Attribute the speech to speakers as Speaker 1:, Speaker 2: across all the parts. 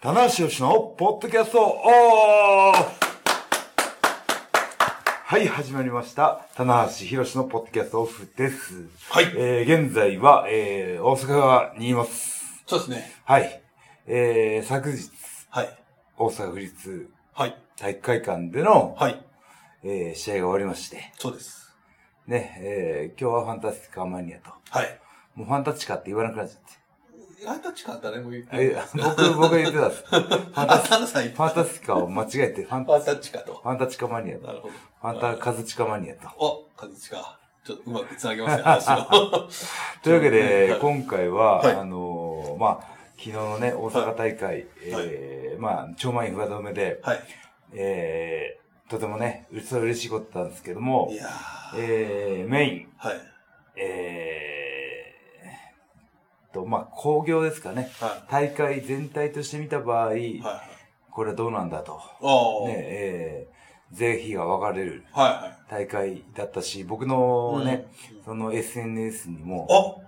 Speaker 1: 棚橋宏のポッドキャストオフはい、始まりました。棚橋宏のポッドキャストオフです。
Speaker 2: はい
Speaker 1: えー、現在は、えー、大阪にいます。
Speaker 2: そうですね。
Speaker 1: はい。えー、昨日、
Speaker 2: はい。
Speaker 1: 大阪府立
Speaker 2: はい。
Speaker 1: 体育会館での、
Speaker 2: はい。
Speaker 1: えー、試合が終わりまして、
Speaker 2: そうです。
Speaker 1: ね、えー、今日はファンタスティカーマニアと。
Speaker 2: はい。
Speaker 1: もうファンタッチカって言わなくなっちゃって。
Speaker 2: あんたちか誰も言ってない
Speaker 1: え 僕、僕が言ってたんです。ファン
Speaker 2: あ、
Speaker 1: タス
Speaker 2: サナさん言って
Speaker 1: ファンタスティカを間違えて、ファン
Speaker 2: ファンタッチかと
Speaker 1: フ。ァンタチカマニアと。
Speaker 2: なるほど。
Speaker 1: ファンタカズチカマニアと。
Speaker 2: お、カズチか。ちょっとうまくつなげま したね、話を。
Speaker 1: というわけで、
Speaker 2: はい
Speaker 1: 今回は、
Speaker 2: はい
Speaker 1: あのーまあ、昨日のね、大阪大会、えーまあ、超満員札止めで、
Speaker 2: はい。
Speaker 1: えー、とてもね、うれそれ嬉しいことなんですけども
Speaker 2: い、やー。
Speaker 1: えー、メイン、
Speaker 2: はい。
Speaker 1: えー、と、まあ、興行ですかね。
Speaker 2: は
Speaker 1: 大会全体として見た場合、
Speaker 2: い。はい。
Speaker 1: これはどうなんだと。
Speaker 2: おー。
Speaker 1: ね、えー、是非が分かれる
Speaker 2: は
Speaker 1: 大会だったし、僕
Speaker 2: いは
Speaker 1: の
Speaker 2: い。
Speaker 1: ね、その SNS にも、
Speaker 2: お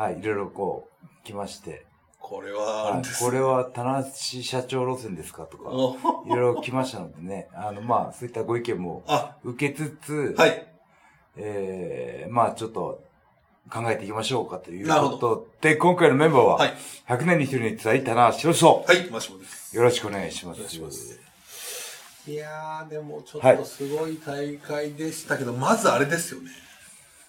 Speaker 1: はい、いろいろこう、来まして。
Speaker 2: これはあるんです。
Speaker 1: これは、田中社長路線ですかとか、
Speaker 2: お
Speaker 1: いろいろ来ましたのでね、あの、まあ、そういったご意見も
Speaker 2: あ、
Speaker 1: 受けつつ、
Speaker 2: はい。
Speaker 1: ええまあ、ちょっと、考えていきましょうかという
Speaker 2: なる
Speaker 1: こ
Speaker 2: ほ
Speaker 1: とで、今回のメンバーは、
Speaker 2: はい
Speaker 1: 100年に一人に伝えたな、白人
Speaker 2: はい、マシモです。
Speaker 1: よろしくお願いします。
Speaker 2: お願いしますいやー、でもちょ
Speaker 1: は
Speaker 2: っ
Speaker 1: い
Speaker 2: とすごい大会でしたけど、まずあれですよね。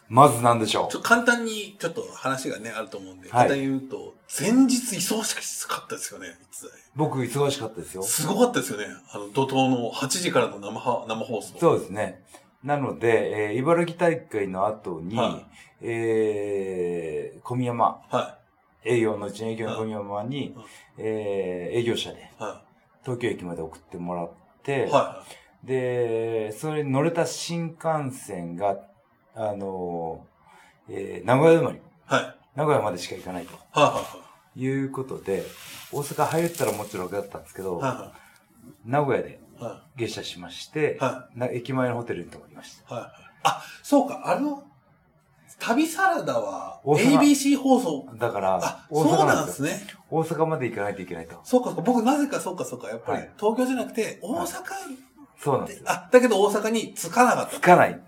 Speaker 1: まず何でしょ
Speaker 2: ちょっと簡単に、ちょっと話がね、あると思うんで、
Speaker 1: はい
Speaker 2: 簡単に言うと、前日忙しかったですよね、実際。
Speaker 1: う僕、忙しかったですよ。
Speaker 2: すごかったですよね。あの、怒涛の8時からの生は生放送。
Speaker 1: そうですね。なので、えー、茨城大会の後に、
Speaker 2: は
Speaker 1: えー、小宮山、
Speaker 2: は
Speaker 1: 営業のうちの営業の小宮山に
Speaker 2: うん、
Speaker 1: えー営業車で
Speaker 2: い。は
Speaker 1: 東京駅まで送ってもらっ
Speaker 2: い。
Speaker 1: て、
Speaker 2: は
Speaker 1: で、それに乗れた新幹線が、あのー、えー名古屋生まれ、
Speaker 2: い。はい。はい。
Speaker 1: 名古屋までしか行かないと
Speaker 2: は
Speaker 1: いうことで、大阪入ったらもちろん楽だったんですけど、
Speaker 2: い。は
Speaker 1: 名古屋で
Speaker 2: い。は
Speaker 1: 下車しまして
Speaker 2: い。、は
Speaker 1: な駅前のホテルに泊まりました。
Speaker 2: い。はい。あ、そうか、あの、旅サラダは、
Speaker 1: 大阪
Speaker 2: ABC 放送。
Speaker 1: だから
Speaker 2: あ、、
Speaker 1: 大
Speaker 2: そう
Speaker 1: 阪
Speaker 2: な
Speaker 1: なん
Speaker 2: んで
Speaker 1: です
Speaker 2: す
Speaker 1: よ。
Speaker 2: ね。
Speaker 1: 大阪まで行かないといけないと。
Speaker 2: そうか、そうか僕なぜかそうかそうか、やっぱり
Speaker 1: はい
Speaker 2: 東京じゃなくて、大阪
Speaker 1: そうなん
Speaker 2: で
Speaker 1: ですよ。
Speaker 2: あ、だけど大阪に着かなかった
Speaker 1: 着。かない。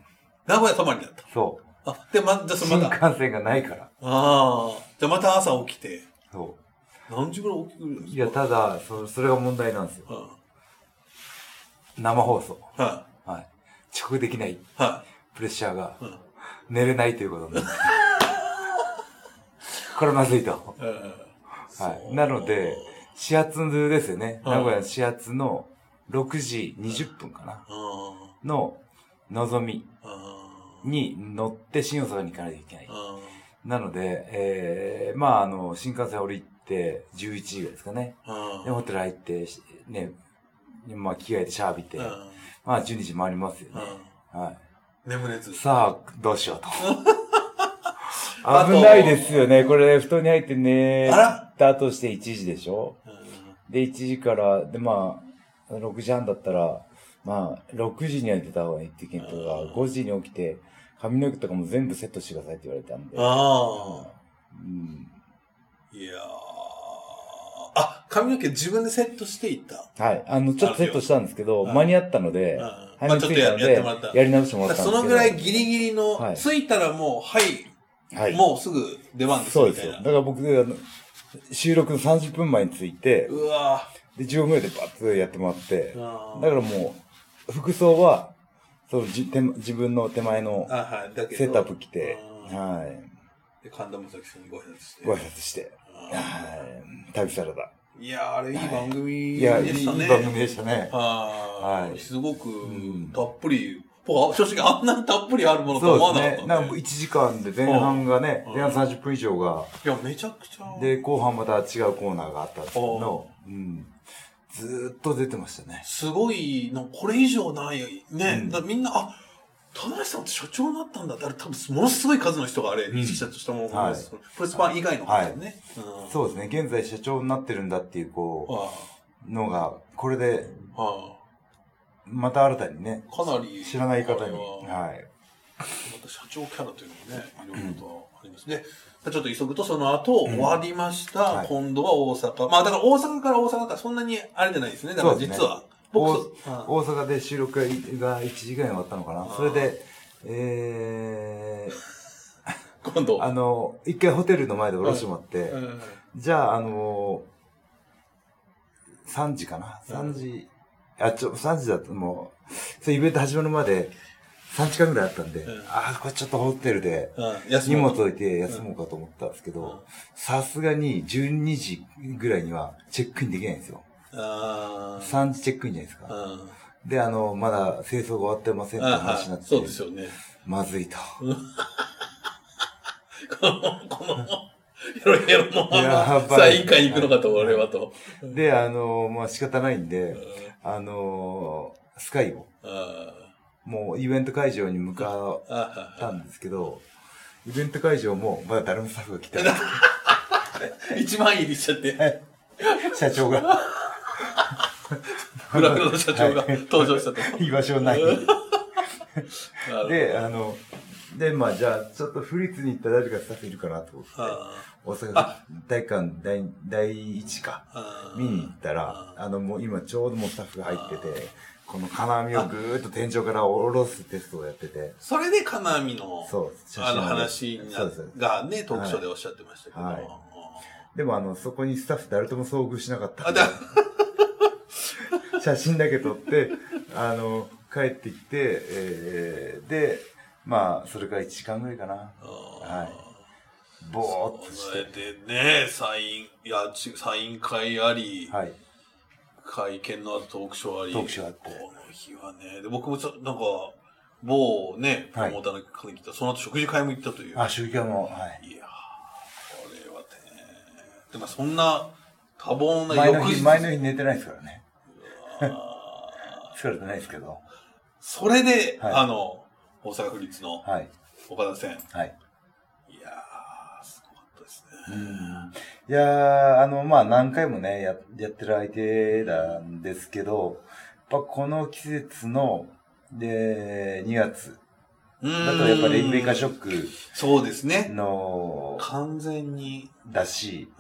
Speaker 2: 名古屋泊まりだった。
Speaker 1: そ
Speaker 2: あ、で、ま、じゃあ
Speaker 1: う。
Speaker 2: そ
Speaker 1: 新
Speaker 2: のまた、あ
Speaker 1: 幹線がないから。
Speaker 2: あー、じゃあまた朝起きて、
Speaker 1: そう。
Speaker 2: 何時ぐらい起きてくるんですか
Speaker 1: いや、ただ、そそれが問題なんですよ。
Speaker 2: うん。
Speaker 1: 生放送。
Speaker 2: は
Speaker 1: はい。遅刻できない
Speaker 2: い。は
Speaker 1: プレッシャーが
Speaker 2: い。うん。
Speaker 1: 寝れないということになる。 これまずいと。
Speaker 2: はい
Speaker 1: なので、始発ですよね。
Speaker 2: はい
Speaker 1: 名古屋の始発の6時20分かな。
Speaker 2: うんうん
Speaker 1: の、のぞみ
Speaker 2: うん
Speaker 1: に乗って新大阪に行かないといけない。なので、えー、まああの、新幹線降りて11時ぐらいですかね。で、ホテル入って、しね、まあ着替えてシャー浴びて、
Speaker 2: うん
Speaker 1: まあ12時回りますよ
Speaker 2: う
Speaker 1: ね。
Speaker 2: ん
Speaker 1: はい。
Speaker 2: 眠れず。
Speaker 1: さあ、どうしようと
Speaker 2: あ。と
Speaker 1: 危ないですよね。これ、布団に入ってね。
Speaker 2: あら
Speaker 1: だとして1時でしょ
Speaker 2: うん
Speaker 1: で、1時から、で、まあ、6時半だったら、まあ、6時には出た方がいいって言うけど
Speaker 2: うん
Speaker 1: 5時に起きて、髪の毛とかも全部セットしてくださいって言われたんで。
Speaker 2: あ
Speaker 1: うん。
Speaker 2: あ。いやーあ、髪の毛自分でセットしていった。
Speaker 1: はい。あの、ちょっとセットしたんですけど、
Speaker 2: うん
Speaker 1: 間に合ったの
Speaker 2: う
Speaker 1: で
Speaker 2: ん、ま
Speaker 1: 早
Speaker 2: あ
Speaker 1: め
Speaker 2: ちょ
Speaker 1: に
Speaker 2: っと
Speaker 1: 着いた
Speaker 2: や
Speaker 1: の
Speaker 2: やっ
Speaker 1: で
Speaker 2: てもらった。
Speaker 1: やり直しても
Speaker 2: だ
Speaker 1: ら
Speaker 2: か
Speaker 1: っ
Speaker 2: ら
Speaker 1: たん
Speaker 2: そ
Speaker 1: ですけど。
Speaker 2: のぐらいギリギリの、
Speaker 1: はい
Speaker 2: 着いたらもう、はい、
Speaker 1: はい。
Speaker 2: もうすぐ出番です
Speaker 1: そう
Speaker 2: み
Speaker 1: で
Speaker 2: た
Speaker 1: す
Speaker 2: い
Speaker 1: よ。
Speaker 2: な。
Speaker 1: だから僕、あの収録の30分前に着いて、
Speaker 2: うわ
Speaker 1: で、15分ぐらいでバッとやってもらって、
Speaker 2: ー
Speaker 1: だ
Speaker 2: あ
Speaker 1: からもう、服装は、そのじ手自分の手前の
Speaker 2: ーあ、はい、だけど。
Speaker 1: セットアップ着て、
Speaker 2: うん
Speaker 1: は
Speaker 2: で神田正輝さんにご挨拶して。
Speaker 1: い、ご挨拶して、
Speaker 2: あー
Speaker 1: はい、旅サラダ。
Speaker 2: いやーあれいい番組
Speaker 1: い
Speaker 2: で
Speaker 1: や、いいいい
Speaker 2: したね。
Speaker 1: 番組でしたね。
Speaker 2: は
Speaker 1: はい
Speaker 2: い。すごく
Speaker 1: ん
Speaker 2: たっぷり、僕は正直あんなにたっぷりあるものとは
Speaker 1: そ
Speaker 2: 思わ
Speaker 1: う
Speaker 2: な
Speaker 1: で
Speaker 2: かっ
Speaker 1: すね。
Speaker 2: たん
Speaker 1: なんか
Speaker 2: で。
Speaker 1: 1時間で前半がね、
Speaker 2: うん
Speaker 1: 前半30分以上が、
Speaker 2: いや、めちゃくちゃ。
Speaker 1: で、後半また違うコーナーがあったっていうのを、うん、ずーっと出てましたね。
Speaker 2: すごいの、これ以上ない、ね、
Speaker 1: うん
Speaker 2: だからみんな、あ、田中さんって社長になったんだって、あれ多分ものすごい数の人があれ、
Speaker 1: ん
Speaker 2: 認識者としたものが、そのプレスパン以外の方ね。うん
Speaker 1: そうですね。現在社長になってるんだっていう、こ
Speaker 2: あ
Speaker 1: う、のが、これで、
Speaker 2: ああ
Speaker 1: また新たにね、
Speaker 2: あかなり、
Speaker 1: 知らない方に、
Speaker 2: あれは
Speaker 1: はい。
Speaker 2: また社長キャラというのもね、いろいろと、りますね。ちょっと急ぐと、その後、終わりました、うんはい、今度は大阪。まあ、だから大阪から大阪からそんなにあれじゃないですね。だから実は。
Speaker 1: 僕、大阪で収録が1時ぐらい終わったのかな。それで、え
Speaker 2: ー、今度。
Speaker 1: あの、一回ホテルの前で降ろしてもらって、はいはい、じゃあ、あのー、3時かな ?3 時、あ、ちょ、3時だともう、それイベント始まるまで、3時間ぐらいあったんで、うん、ああ、これちょっとホテルで、荷物置いて休もうかと思ったんですけど、さすがに12時ぐらいにはチェックインできないんですよ。あ3時チェックインじゃないですか。で、あの、まだ清掃が終わってませんって話になって、
Speaker 2: そうですよね。
Speaker 1: まずいと。
Speaker 2: この、この、ヘロヘロのまま、委員会に行くのかと、俺はと。。
Speaker 1: で、あの、まあ仕方ないんで、あの、スカイを。もうイベント会場に向かったんですけど、イベント会場もまだ誰もスタッフが来てない
Speaker 2: 一万入りしちゃって。
Speaker 1: 社長 が。
Speaker 2: フラフラの社長が登場したと。
Speaker 1: 居場所ない。で、あの、で、まあじゃあ、ちょっと府立に行ったら誰かスタッフいるかなと思って、大阪大館第第一か、見に行ったら、あのもう今ちょうどもうスタッフが入ってて、この金網をぐーっと天井から下ろすテストをやってて。
Speaker 2: それで金網の、
Speaker 1: そう、、
Speaker 2: あの話がね、トークショーでおっしゃってましたけど。はい
Speaker 1: でもあの、そこにスタッフ誰とも遭遇しなかったで。 写真だけ撮って、あの、帰ってきて、えー、で、まあ、それから1時間ぐらいかな。はい。ぼーっとして。
Speaker 2: それでね、サイン、いや、サイン会あり、はい。会見の後トークショーあり。
Speaker 1: トークショーあって。
Speaker 2: この日はね、で僕もちょっとなんか、某ね、プロモーターの方に来た、その後食事会も行ったという。。
Speaker 1: あ、食事会も、はい
Speaker 2: いやこれはね、でもそんな多忙な翌
Speaker 1: 日。前の日、前の日寝てないですからね。疲れてないですけど。
Speaker 2: それで、はい、あの、大阪府立の、はい。岡田戦。はい。いやすごかったですね。うん
Speaker 1: いやあの、まあ、何回もね、や、やってる相手なんですけど、やっぱこの季節の、で、2月。だとやっぱレインメーカーショック。
Speaker 2: そうですね。
Speaker 1: の、
Speaker 2: 完全に。
Speaker 1: だし、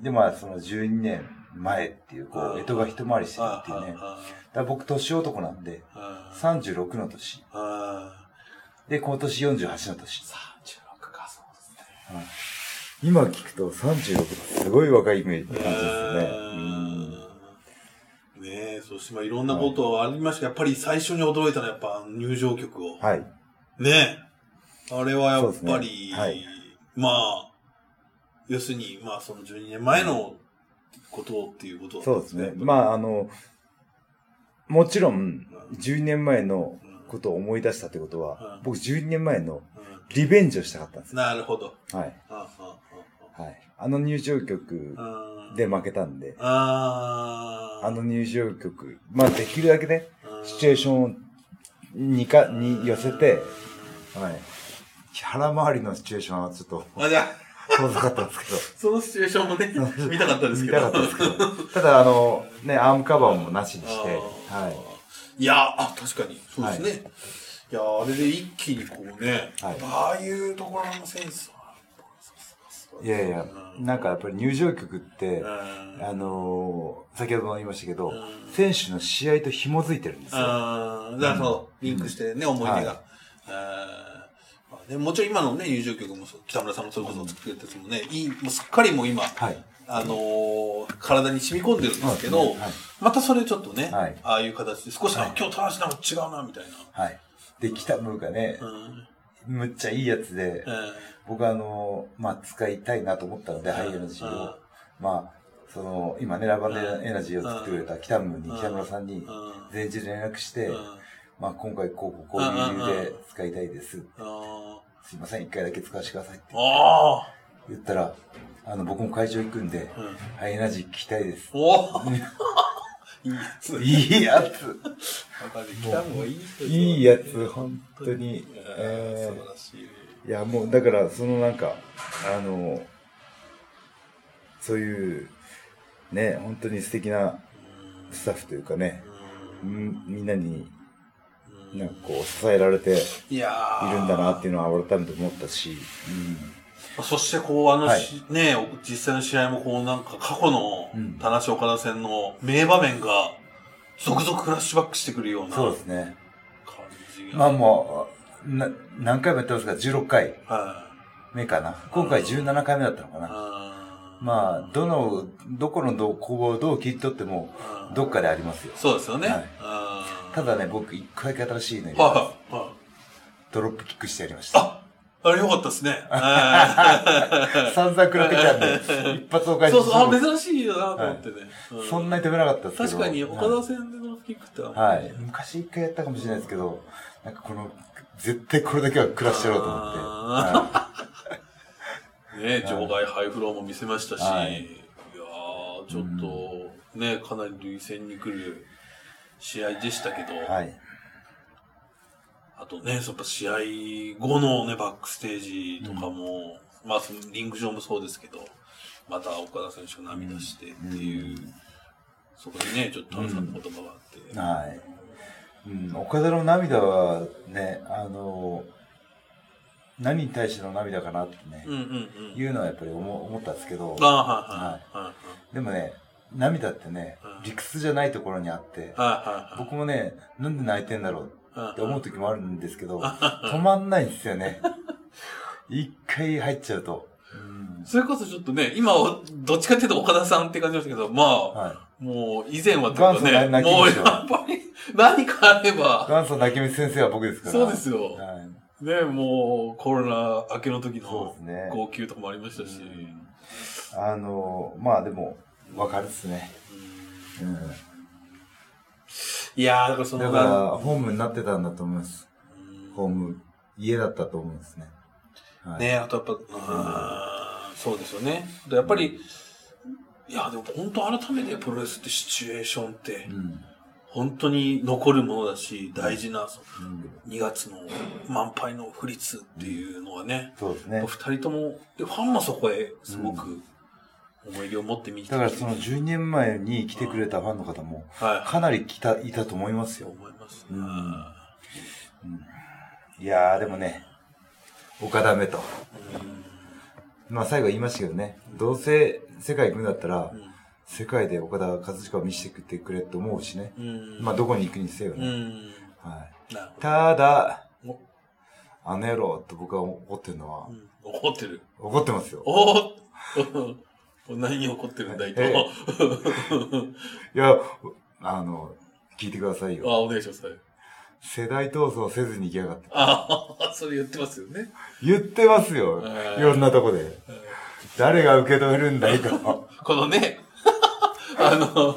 Speaker 1: で、まあ、その12年前っていう、こう、江戸が一回りしてるっていうね。だ僕、年男なんで、36の年。で、今年48の年。
Speaker 2: 36か、そうですね。うん
Speaker 1: 今聞くと36ってすごい若いイメージって感じですよね。
Speaker 2: うん、ねえ、そしてまあいろんなことありました、はい、やっぱり最初に驚いたのはやっぱ入場曲を。
Speaker 1: はい。
Speaker 2: ねえ。あれはやっぱり、ねはい、まあ、要するに、まあその12年前のことっていうこ
Speaker 1: だ
Speaker 2: と
Speaker 1: ったんですね。そうですね。まああの、もちろん12年前のことを思い出したってことは、うん、僕12年前のリベンジをしたかったんです
Speaker 2: なるほど。
Speaker 1: はい。はい。あの入場曲で負けたんで。
Speaker 2: あ
Speaker 1: の入場曲。まあできるだけね、シチュエーションにか、に寄せて、はい。腹回りのシチュエーションはちょっと。
Speaker 2: あ、じゃ
Speaker 1: 遠ざかったんですけど。
Speaker 2: そのシチュエーションもね、見たかったですけど。。
Speaker 1: 見たかったですけど。ただ、あの、ね、アームカバーもなしにして、はい
Speaker 2: いやあ、確かに。そうですね。いやあれで一気にこうね、はい、ああいうところのセンス
Speaker 1: いやいや、なんかやっぱり入場曲って、あのー、先ほども言いましたけど、選手の試合と紐づいてるんですよ。
Speaker 2: あだからそう、リンクしてね、思い出が。でもちろん今のね、入場曲も北村さんのそれこそ作ってるやつもね、いいもうすっかりもう今、あの体に染み込んでるんですけど、またそれちょっとね、ああいう形で少し、あ、今日田橋なんか違うな、みたい
Speaker 1: な。はい。で、北村がね、むっちゃいいやつで、僕はあの、まあ、使いたいなと思ったので、ハイエナジーを。まあ、その、今ね、ラバンデエナジーを作ってくれた北村に、北村さんに、前日連絡して、まあ、今回こう、こういう理由で使いたいです。すいません、一回だけ使わせてくださいって言ったら、あの、僕も会場行くんで、ハイエナジー聞きたいです。
Speaker 2: いいやつ。
Speaker 1: いいやつ。いいやつ、本当に。
Speaker 2: え
Speaker 1: ー、いや、もう、だから、そのなんか、あの、そういう、ね、本当に素敵なスタッフというかね、んみんなに、なんかこう、支えられているんだなっていうのは改めて思ったし、うん
Speaker 2: そしてこう、あのし、ね、実際の試合もこう、なんか過去の、田中岡田戦の名場面が、続々フラッシュバックしてくるような
Speaker 1: そう
Speaker 2: 感
Speaker 1: ですね。
Speaker 2: じが。
Speaker 1: まあもう、な何回もやってますから、16回
Speaker 2: は
Speaker 1: 目かな。今回17回目だったのかな。
Speaker 2: い。
Speaker 1: まあ、どの、どこのどう工房をどう切り取っても、
Speaker 2: あ
Speaker 1: どっかでありますよ。
Speaker 2: そうですよね。
Speaker 1: は
Speaker 2: はいい。
Speaker 1: ただね、僕、一個だけ新しいね、
Speaker 2: はい。はい。
Speaker 1: ドロップキックしてやりました。
Speaker 2: あ、あれよかったですね。 はい
Speaker 1: 散々食らってきたん で、一発お返し
Speaker 2: そうそう、あ、
Speaker 1: す
Speaker 2: 珍しいなと思ってね。う
Speaker 1: るそんなに止めなかったですけど。
Speaker 2: 確かに、岡田戦でのキックって、
Speaker 1: はいはい。昔一回やったかもしれないですけど、なんかこの、絶対これだけは食らしてやろうと思って。は
Speaker 2: ね、場外ハイフローも見せましたし、
Speaker 1: はい
Speaker 2: い、やー、ちょっと、ね、かなり類戦に来る試合でしたけど、
Speaker 1: い。はい。
Speaker 2: あとね、やっぱ試合後のね、バックステージとかも、まあ、そのリング上もそうですけど、また岡田選手が涙してっていう、そこにね、ちょっと田中さんの言葉があって、
Speaker 1: はい。うん、岡田の涙はね、あの、何に対しての涙かなってね、
Speaker 2: うんうんうん。
Speaker 1: いうのはやっぱり思思ったんですけど、
Speaker 2: ああ、はいはいはい。
Speaker 1: でもね、涙ってね
Speaker 2: う、ん
Speaker 1: 理屈じゃないところにあって、
Speaker 2: はい
Speaker 1: 僕もね、なんで泣いてんだろう
Speaker 2: はいはい。
Speaker 1: って思う時もあるんですけど、止まんないんですよね。 一回入っちゃうと。うん
Speaker 2: それこそちょっとね、今は、どっちかっていうと岡田さんって感じましたけど、まあ、
Speaker 1: は
Speaker 2: もう以前はってことね、
Speaker 1: 元祖泣き
Speaker 2: もう
Speaker 1: 虫
Speaker 2: やっぱり 何かあれ
Speaker 1: い。
Speaker 2: ば、
Speaker 1: 元祖泣き虫先生は僕ですから。
Speaker 2: そうですよ。
Speaker 1: はい。
Speaker 2: ね、もうコロナ明けの時
Speaker 1: そ
Speaker 2: の
Speaker 1: うですね。
Speaker 2: 号泣とかもありましたし、うん
Speaker 1: あの、まあでも、わかるっすね。うん。
Speaker 2: いやー、だからそ
Speaker 1: だ
Speaker 2: の、
Speaker 1: から、ホームになってたんだと思います。
Speaker 2: うん
Speaker 1: ホーム、家だったと思うんですね。はい、
Speaker 2: ね、あとやっぱ、あーそうですよね。でやっぱり、いや、でも本当改めてプロレスってシチュエーションって
Speaker 1: う、ん。
Speaker 2: 本当に残るものだし、大事な、
Speaker 1: うん。
Speaker 2: 2月の満杯の不立っていうのはね、
Speaker 1: そうです
Speaker 2: やっ
Speaker 1: ね
Speaker 2: ぱ。二人とも、でファンもそこへすごく思い入れを持って見に来て
Speaker 1: だ
Speaker 2: く
Speaker 1: か
Speaker 2: れ
Speaker 1: ら
Speaker 2: て
Speaker 1: その12年前に来てくれたファンの方も、
Speaker 2: は
Speaker 1: かなり来た、いたと思います
Speaker 2: い。
Speaker 1: よ。
Speaker 2: 思います
Speaker 1: う
Speaker 2: ね。
Speaker 1: んいやー、でもね、岡田目と。まあ最後言いましたけどね、どうせ世界行くんだったら
Speaker 2: う、ん
Speaker 1: 世界で岡田和親を見せてくれって思うしね。
Speaker 2: うん。
Speaker 1: まあどこに行くにせよ
Speaker 2: う
Speaker 1: ね。
Speaker 2: ん。
Speaker 1: はい。
Speaker 2: なるほ
Speaker 1: ただ、
Speaker 2: ど。
Speaker 1: あの野郎と僕は怒ってるのは
Speaker 2: おう、ん怒ってる。
Speaker 1: 怒ってますよ。
Speaker 2: おー 何に怒ってるんだいと。
Speaker 1: ええ
Speaker 2: あ、
Speaker 1: いや、あの、聞いてくださいよ。
Speaker 2: お願いします。はい
Speaker 1: 世代闘争せずに行きやがって。
Speaker 2: ああ、 それ言ってますよね。
Speaker 1: 言ってますよ。
Speaker 2: えー
Speaker 1: いろんなとこで。誰が受け止めるんだいと。
Speaker 2: このね、 あの、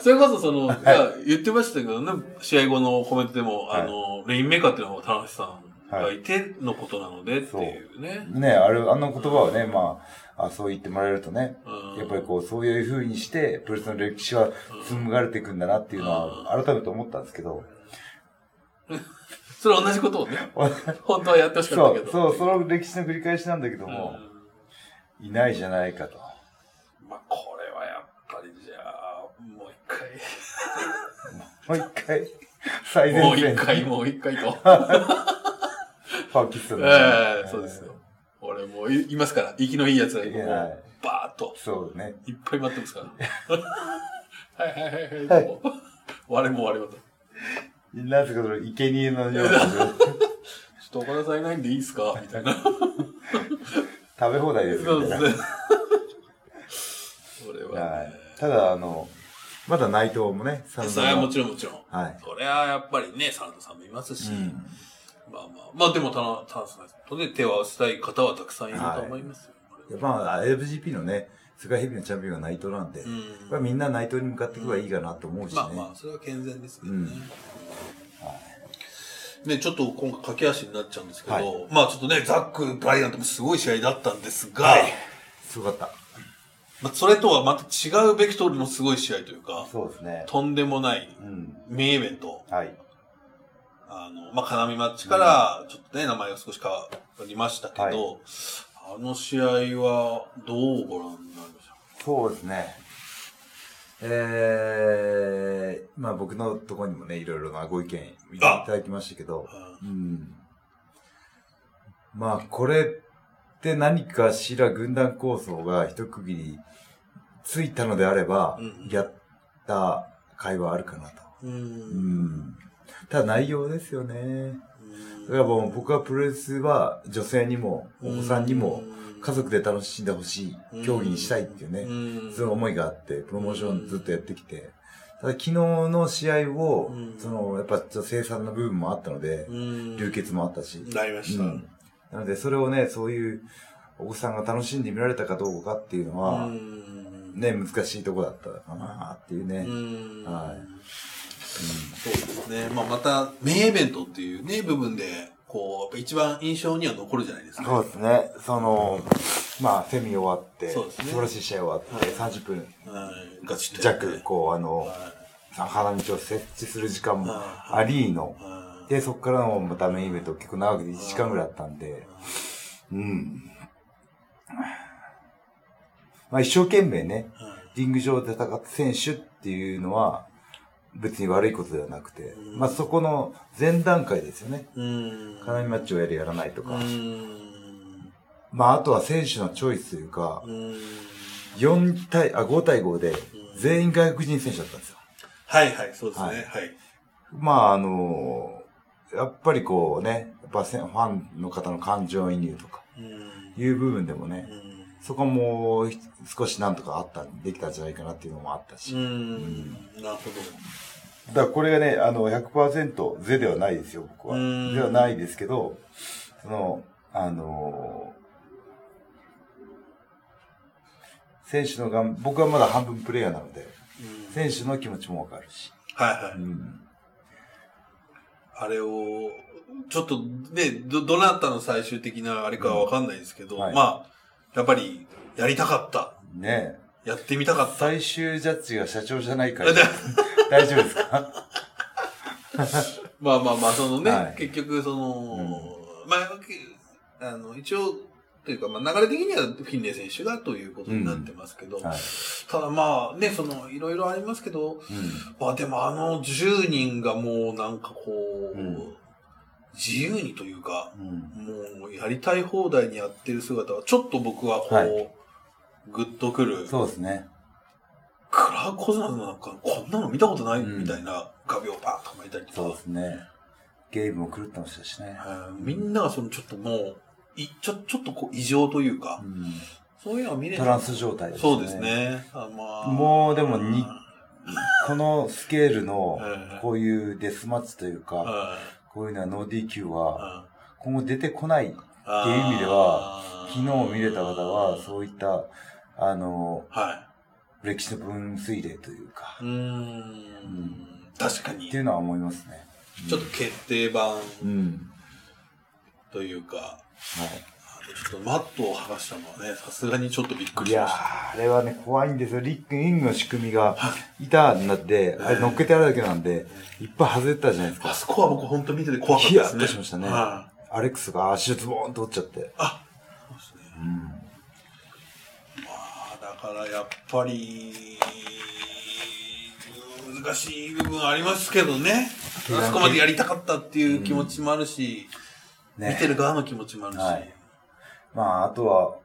Speaker 2: それこそその、まあ言ってましたけどね、試合後のコメントでも、あの、レインメーカーっていうのは田中さんがいてのことなのでっていうね。
Speaker 1: ね、あれ、あの言葉をね、まあ、あそう言ってもらえるとね、
Speaker 2: うん
Speaker 1: やっぱりこう、そういう風にして、プロレスの歴史は紡がれていくんだなっていうのは、改めて思ったんですけど、
Speaker 2: それ同じことをね、本当はやってほしか
Speaker 1: そ
Speaker 2: ったけ
Speaker 1: う、
Speaker 2: ど。
Speaker 1: そう、その歴史の繰り返しなんだけど
Speaker 2: うん
Speaker 1: も、いないじゃないかと。
Speaker 2: まあ、これはやっぱりじゃあ、もう一
Speaker 1: もう一回、最
Speaker 2: 回、もう
Speaker 1: 前
Speaker 2: 一
Speaker 1: 線に、
Speaker 2: 回、もう一回と。
Speaker 1: パーキストン
Speaker 2: ええそうですよ。。俺もういいますから、息のいい奴らにもう
Speaker 1: いや、
Speaker 2: バーッと、
Speaker 1: そうね。
Speaker 2: いっぱい待ってま すから。はいはいはいはい。もう我も我もと。ちょ
Speaker 1: なぜかその、生贄のような、
Speaker 2: っと岡田さんいないんでいいですかみたいな。
Speaker 1: 食べ放題です
Speaker 2: そ
Speaker 1: よ
Speaker 2: う
Speaker 1: み
Speaker 2: で
Speaker 1: たいな
Speaker 2: すね。それは
Speaker 1: は
Speaker 2: ね。
Speaker 1: い。ただ、あの、まだ内藤もね、サ
Speaker 2: それはもちろんもちろん。
Speaker 1: はい
Speaker 2: それはやっぱりね、サンタさんもいますし、
Speaker 1: うん
Speaker 2: まあまあ、まあでも、たな、たなさんとね、手を合わせたい方はたくさんいると思いますよ。
Speaker 1: まあ、LGP のね、世界ヘビーのチャンピオンが内藤なんで、まあみんな内藤に向かっていけばいいかなと思うしね。
Speaker 2: まあまあ、それは健全ですけど
Speaker 1: う
Speaker 2: ね。
Speaker 1: ん
Speaker 2: ね、ちょっと今回駆け足になっちゃうんですけど、
Speaker 1: はい
Speaker 2: まあちょっとね、ザック、ブライアントもすごい試合だったんですが、
Speaker 1: はいすごかった。
Speaker 2: まあ、それとはまた違うベクトルのすごい試合というか、
Speaker 1: そうですね。
Speaker 2: とんでもない
Speaker 1: うん。
Speaker 2: 名イベント、
Speaker 1: はい。
Speaker 2: あの、まあ、金見マッチから、ちょっとね、名前が少し変わりましたけど、
Speaker 1: はい
Speaker 2: あの試合はどうご覧になりましたか
Speaker 1: そうですね。えー、まあ僕のところにもね、いろいろなご意見いただきましたけど、
Speaker 2: あ
Speaker 1: うん。まあこれって何かしら軍団構想が一区切りついたのであれば、
Speaker 2: うん
Speaker 1: やった会話あるかなと。
Speaker 2: う。
Speaker 1: うんん。ただ内容ですよね。
Speaker 2: うん
Speaker 1: だからもう僕はプロレスは女性にもお子さんにも、家族で楽しんでほしい、競技にしたいっていうね。
Speaker 2: うん
Speaker 1: そういう思いがあって、プロモーションずっとやってきて、ただ昨日の試合を、
Speaker 2: うん
Speaker 1: その、やっぱちょっと生産の部分もあったので、
Speaker 2: うん
Speaker 1: 流血もあったし、う
Speaker 2: なりました。
Speaker 1: んなのでそれをね、そういうお子さんが楽しんで見られたかどうかっていうのは、
Speaker 2: うん
Speaker 1: ね、難しいとこだったかなっていうね。うん
Speaker 2: うん
Speaker 1: は
Speaker 2: そうですね。まあ、また、名イベントっていうね、部分で、こう、やっぱ一番印象には残るじゃないですか。
Speaker 1: そうですね、その、まあ、セミ終わって、
Speaker 2: そうですね
Speaker 1: 素晴らしい試合終わって、30分
Speaker 2: はい。ガチ
Speaker 1: 弱、こう、あの、
Speaker 2: は
Speaker 1: 花道を設置する時間も
Speaker 2: はい
Speaker 1: ありの、
Speaker 2: いは
Speaker 1: で、そこからのまたメインイベント結構長くて1時間ぐらいあったんで、うん。まあ一生懸命ね、
Speaker 2: いはい
Speaker 1: リング上で戦った選手っていうのは別に悪いことではなくて、
Speaker 2: うん
Speaker 1: まあそこの前段階ですよね。
Speaker 2: うん。
Speaker 1: 金網マッチをやるやらないとか、
Speaker 2: うん。
Speaker 1: まああとは選手のチョイスというか、
Speaker 2: うん。
Speaker 1: 4対、あ、5対5で全員外国人選手だったんですよ。
Speaker 2: はいはい、そうですね。
Speaker 1: はい
Speaker 2: はい。
Speaker 1: まああのやっぱりこうね、やっぱせファンの方の感情移入とか
Speaker 2: うん。
Speaker 1: いう部分でもね
Speaker 2: う、ん
Speaker 1: そこもひ少しなんとかあった、できたんじゃないかなっていうのもあったし。
Speaker 2: う
Speaker 1: だ
Speaker 2: ん。なるほ
Speaker 1: からこれがね、あの、100%ゼではないですよ、僕は。
Speaker 2: うん
Speaker 1: ではないですけど、その、あのー選手のがん、僕はまだ半分プレイヤーなので、
Speaker 2: ど。う
Speaker 1: 選
Speaker 2: ん
Speaker 1: 手の気持ちもわかるし。
Speaker 2: はいはい。
Speaker 1: うん。
Speaker 2: あれを、ちょっとね、ど、どなたの最終的なあれかはわかんないですけど、
Speaker 1: うんはい
Speaker 2: まあ、やっぱり、やりたかった。
Speaker 1: ねえ
Speaker 2: やってみたかった。
Speaker 1: 最終ジャッジが社長じゃないから
Speaker 2: だ、
Speaker 1: 大丈夫ですか
Speaker 2: まあまあまあ、そのね、
Speaker 1: はい
Speaker 2: 結局、その、まあ、けあの、一応、というか、まあ、流れ的にはフィンレイ選手がということになってますけど、
Speaker 1: はい。
Speaker 2: ただまあ、ね、その、いろいろありますけど、
Speaker 1: うん。
Speaker 2: まあでもあの10人がもうなんかこう、
Speaker 1: うん
Speaker 2: 自由にというか、
Speaker 1: うん。
Speaker 2: もうやりたい放題にやってる姿は、ちょっと僕はこう、
Speaker 1: は
Speaker 2: グッとくる。
Speaker 1: そうですね。
Speaker 2: クラーコズナなんかこんなの見たことない、
Speaker 1: うん
Speaker 2: みたいな画鋲をパーンと巻いたりとか、
Speaker 1: そうですね。ゲームも狂ってましたしね
Speaker 2: え。ーみんながそのちょっともう、いちょちょっとこう異常というか、
Speaker 1: うん
Speaker 2: そういうのは見れ
Speaker 1: トランス状態ですね。
Speaker 2: そうです。ね。あまあ、
Speaker 1: もうでもに
Speaker 2: うん
Speaker 1: このスケールの
Speaker 2: ええ、
Speaker 1: こういうデスマッチという
Speaker 2: うん
Speaker 1: か、こういうのはノー DQ は、
Speaker 2: うん
Speaker 1: 今後出てこない。っていう意味では
Speaker 2: あ
Speaker 1: 昨
Speaker 2: ー
Speaker 1: 日見れた方は、そういった、あの、
Speaker 2: はい。
Speaker 1: 歴史の分水嶺というか、
Speaker 2: うーん。確かに
Speaker 1: ってい。うのは思いますね。
Speaker 2: ちょっと決定版
Speaker 1: うん。
Speaker 2: というか、
Speaker 1: は
Speaker 2: あのちょっとマットを剥がしたのはね、さすがにちょっとびっく
Speaker 1: い。
Speaker 2: り
Speaker 1: い
Speaker 2: し
Speaker 1: や
Speaker 2: ました。
Speaker 1: ー、あれはね、怖いんですよ。リックイングの仕組みが、いたんだって、あれ乗っけてあるだけなんで、いっぱい外れてたじゃないです
Speaker 2: あ
Speaker 1: か。
Speaker 2: そこは僕本当見てて怖かった
Speaker 1: ヒ
Speaker 2: で
Speaker 1: ヤ
Speaker 2: す
Speaker 1: ッ
Speaker 2: ね。
Speaker 1: としましたね
Speaker 2: はい
Speaker 1: アレックスが足をズボーンと折っちゃって。
Speaker 2: あ、そうですね。
Speaker 1: うん。
Speaker 2: まあ、だからやっぱり、難しい部分ありますけどね。
Speaker 1: うん
Speaker 2: あそこまでやりたかったっていう気持ちもあるし、
Speaker 1: ね
Speaker 2: 見てる側の気持ちもあるし。
Speaker 1: はいまあ、あとは、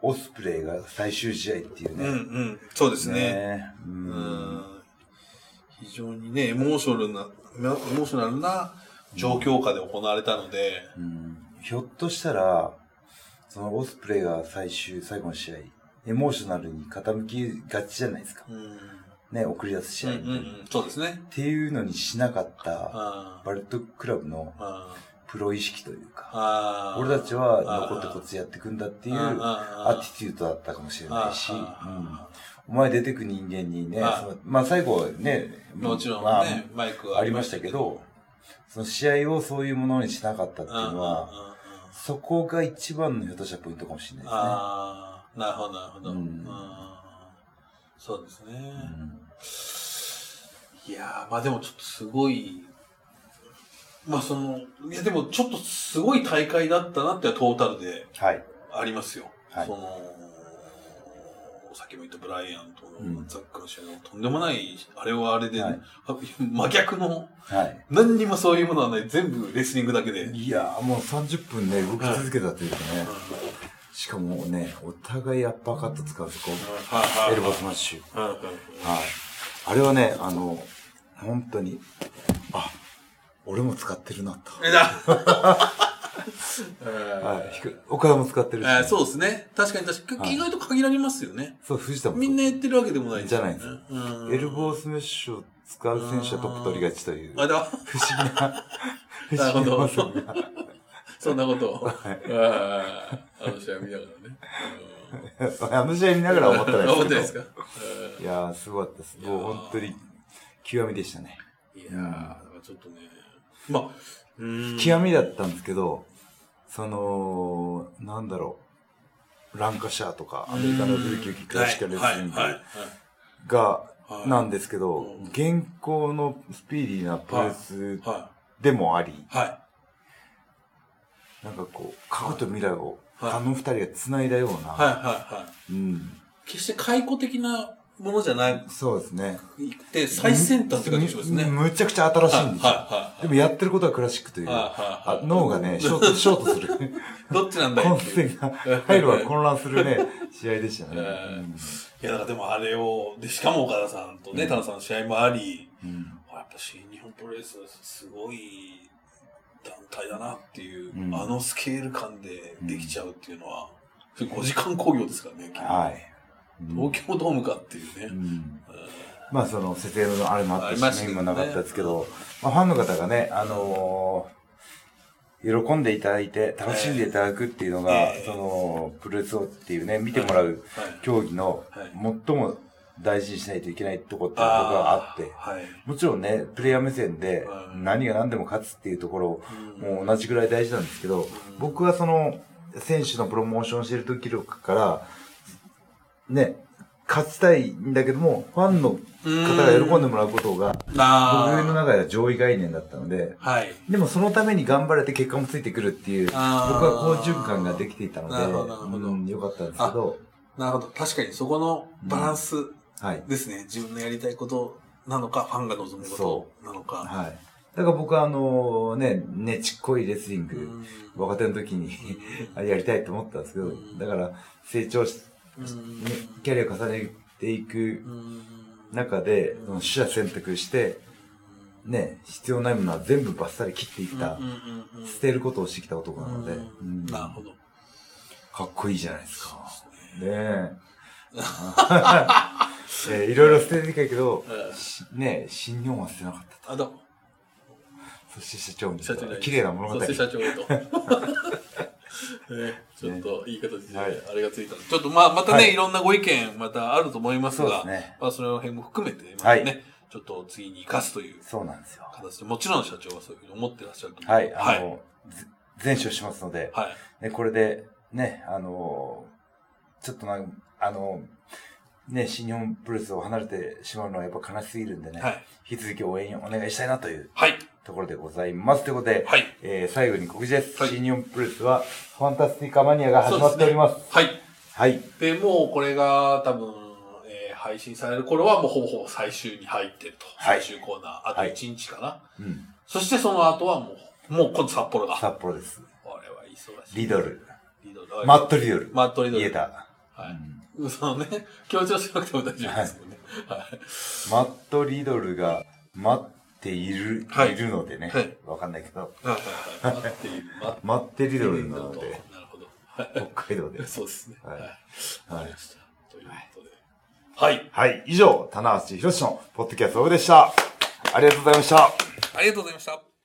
Speaker 1: オスプレイが最終試合っていう
Speaker 2: うんう
Speaker 1: ね。
Speaker 2: ん、そうですね
Speaker 1: う。
Speaker 2: うんん非常にね、エモーショナルな、エモーショナルな状況下で行われたので、
Speaker 1: うんひょっとしたら、そのオスプレイが最終、最後の試合、エモーショナルに傾きがちじゃないですか。
Speaker 2: うん、うん、
Speaker 1: ね、送り出す試合みたいな。
Speaker 2: うんそうですね。
Speaker 1: っていうのにしなかった、
Speaker 2: あ
Speaker 1: バレットクラブの
Speaker 2: あ
Speaker 1: プロ意識というか、
Speaker 2: あ
Speaker 1: 俺たちは残ってこっちやってくんだって
Speaker 2: て
Speaker 1: いうア
Speaker 2: ア
Speaker 1: ティチュードだったかもしれないし、うん
Speaker 2: あ
Speaker 1: お前出てく人間にね、
Speaker 2: はい
Speaker 1: そのまあ最後ね、
Speaker 2: もちろん
Speaker 1: まあ
Speaker 2: ね、マイクは
Speaker 1: ありましたけど、その試合をそういうものにしなかったって
Speaker 2: う
Speaker 1: い
Speaker 2: ん
Speaker 1: う
Speaker 2: うんうんうん
Speaker 1: のは、そこが一番のひょっとしたポイントかもしれない
Speaker 2: ああ、なるほど、なるほど。う
Speaker 1: うん
Speaker 2: んそうですね。
Speaker 1: ですね。
Speaker 2: いやー、まあでもちょっとすごい、まあその、いやでもちょっとすごい大会だったなってトータルで
Speaker 1: うんはい。
Speaker 2: ありますよ。
Speaker 1: はい
Speaker 2: その、さっきも言ったブライアンと
Speaker 1: う
Speaker 2: の
Speaker 1: ん
Speaker 2: ザックの試合のとんでもない、あれはあれで、
Speaker 1: はい
Speaker 2: 真逆の、
Speaker 1: は
Speaker 2: 何にもそういうものはない、全部レスリングだけで。
Speaker 1: い。いやーもう30分ね、動き続けたというかね、
Speaker 2: うん
Speaker 1: しかもね、お互いアッパーカット使うとこ、エルボスマッシュ。はい。あれはね、あの、本当に、あ、俺も使ってるなと。 えだはい、岡田も使ってるし、
Speaker 2: ね、そうですね。確かに確かに、意外と限られますよね。
Speaker 1: そう、藤田も。
Speaker 2: みんなやってるわけでもない、
Speaker 1: ね、じゃないんですよ。エルボースメッシュを使う選手はトップ取りがちという。あ、だ不思議な、
Speaker 2: 不思議なマスが。そんなことを。はい、あの試合見なが
Speaker 1: らね。 あの試合見ながら思ったら
Speaker 2: 思ったですか
Speaker 1: いやー、すごかったです。もう本当に、極みでしたね。
Speaker 2: いやー、だからちょっとね、
Speaker 1: あ、
Speaker 2: ま。
Speaker 1: 極みだったんですけど、その、なんだろう、ランカシャーとか、アメリカの琉球キックラシカルレスリングが、なんですけど、現行のスピーディーなプレスでもあり、なんかこう、過去と未来を、あの二人が繋いだような、はいはいはい
Speaker 2: うん。決して解雇的なものじゃない。
Speaker 1: そうですね。
Speaker 2: で、最先端って感じしますね。
Speaker 1: むちゃくちゃ新しいんですよ。でもやってることはクラシックという。脳がね、シ ョート、ショートする。
Speaker 2: どっちなんだよ。
Speaker 1: 混戦が、入るは混乱する ね、試合でしたね。
Speaker 2: いや、だからでもあれを、で、しかも岡田さんとね、田野さんの試合もあり、やっぱ新日本プロレス、すごい団体だなっていう、あのスケール感でできちゃうっていうのは、5時間工業ですからね、
Speaker 1: はい。
Speaker 2: 東京ドームかっていうね。うん、
Speaker 1: まあその設営のあれもあったし、面もなかったですけど、まあ、ファンの方がね、あの喜んでいただいて、楽しんでいただくっていうのが、その、プロレスをっていうね、見てもらう競技の最も大事にしないといけないとこっていうのがあって、もちろんね、プレイヤー目線で何が何でも勝つっていうところも同じぐらい大事なんですけど、僕はその、選手のプロモーションしてる時から、ね、勝ちたいんだけども、ファンの方が喜んでもらうことが、僕の中では上位概念だったので、
Speaker 2: はい、
Speaker 1: でもそのために頑張れて結果もついてくるっていう、僕は好循環ができていたので、なるほどうん、よかったんですけど。
Speaker 2: なるほど。確かにそこのバランスですね。うんはい、自分のやりたいことなのか、ファンが望むことなのか。
Speaker 1: はい。だから僕はあのー、ね、ねちっこいレスリング、うん、若手の時に やりたいと思ったんですけど、うん、だから成長して、ね、キャリアを重ねていく中で、その取捨選択して、ね、必要ないものは全部バッサリ切っていった、捨てることをしてきた男なので、
Speaker 2: なるほど。
Speaker 1: かっこいいじゃないですか。ね え。いろいろ捨ててきたけど、ね新日本は捨てなかった
Speaker 2: あ、ど
Speaker 1: そして社長みたいな。綺麗な物語。
Speaker 2: そし て社長と。ね、ちょっと言い方で、ね、あれがついた、はい、ちょっとまあ、またね、はい、いろんなご意見、またあると思いますが、そね、まあ、その辺も含めて、またね、はい、ちょっと次に生かすという。
Speaker 1: そうなんですよ。
Speaker 2: 形で、もちろん社長はそういうふうに思ってらっしゃると
Speaker 1: 思はい、あの、全勝しますので、はい、ね、これで、ね、あの、ちょっとな、あの、ね、新日本プロレスを離れてしまうのはやっぱ悲しすぎるんでね、はい、引き続き応援お願いしたいなという。
Speaker 2: はい。
Speaker 1: ところでございます。ということで、
Speaker 2: はい、
Speaker 1: えー、最後に告知です。はい、新日本プロレスは、ファンタスティカマニアが始まっております。すね、
Speaker 2: はい。
Speaker 1: はい。
Speaker 2: で、もうこれが多分、えー、配信される頃はもうほぼほぼ最終に入ってると。
Speaker 1: はい、、
Speaker 2: 最終コーナー、あと1日かな。はい
Speaker 1: うん。
Speaker 2: そしてその後はもう、もう今度札幌が。
Speaker 1: 札幌です。
Speaker 2: これは忙し
Speaker 1: い。リドル。
Speaker 2: リドル。
Speaker 1: マットリドル。
Speaker 2: マットリドル。
Speaker 1: 言えた。
Speaker 2: はい。うん、そのね、強調しなくても大丈夫ですもんね。はい。
Speaker 1: マットリドルが、マットている、はい、いるのでね。わ、かんないけど。
Speaker 2: 待っている。
Speaker 1: 待ってるのなので。
Speaker 2: なるほど。
Speaker 1: 北海道で。
Speaker 2: そうですね。はい。
Speaker 1: はい。
Speaker 2: ということで。はい。
Speaker 1: はい。以上、棚橋博士のポッドキャストオブでした。ありがとうございました。
Speaker 2: ありがとうございました。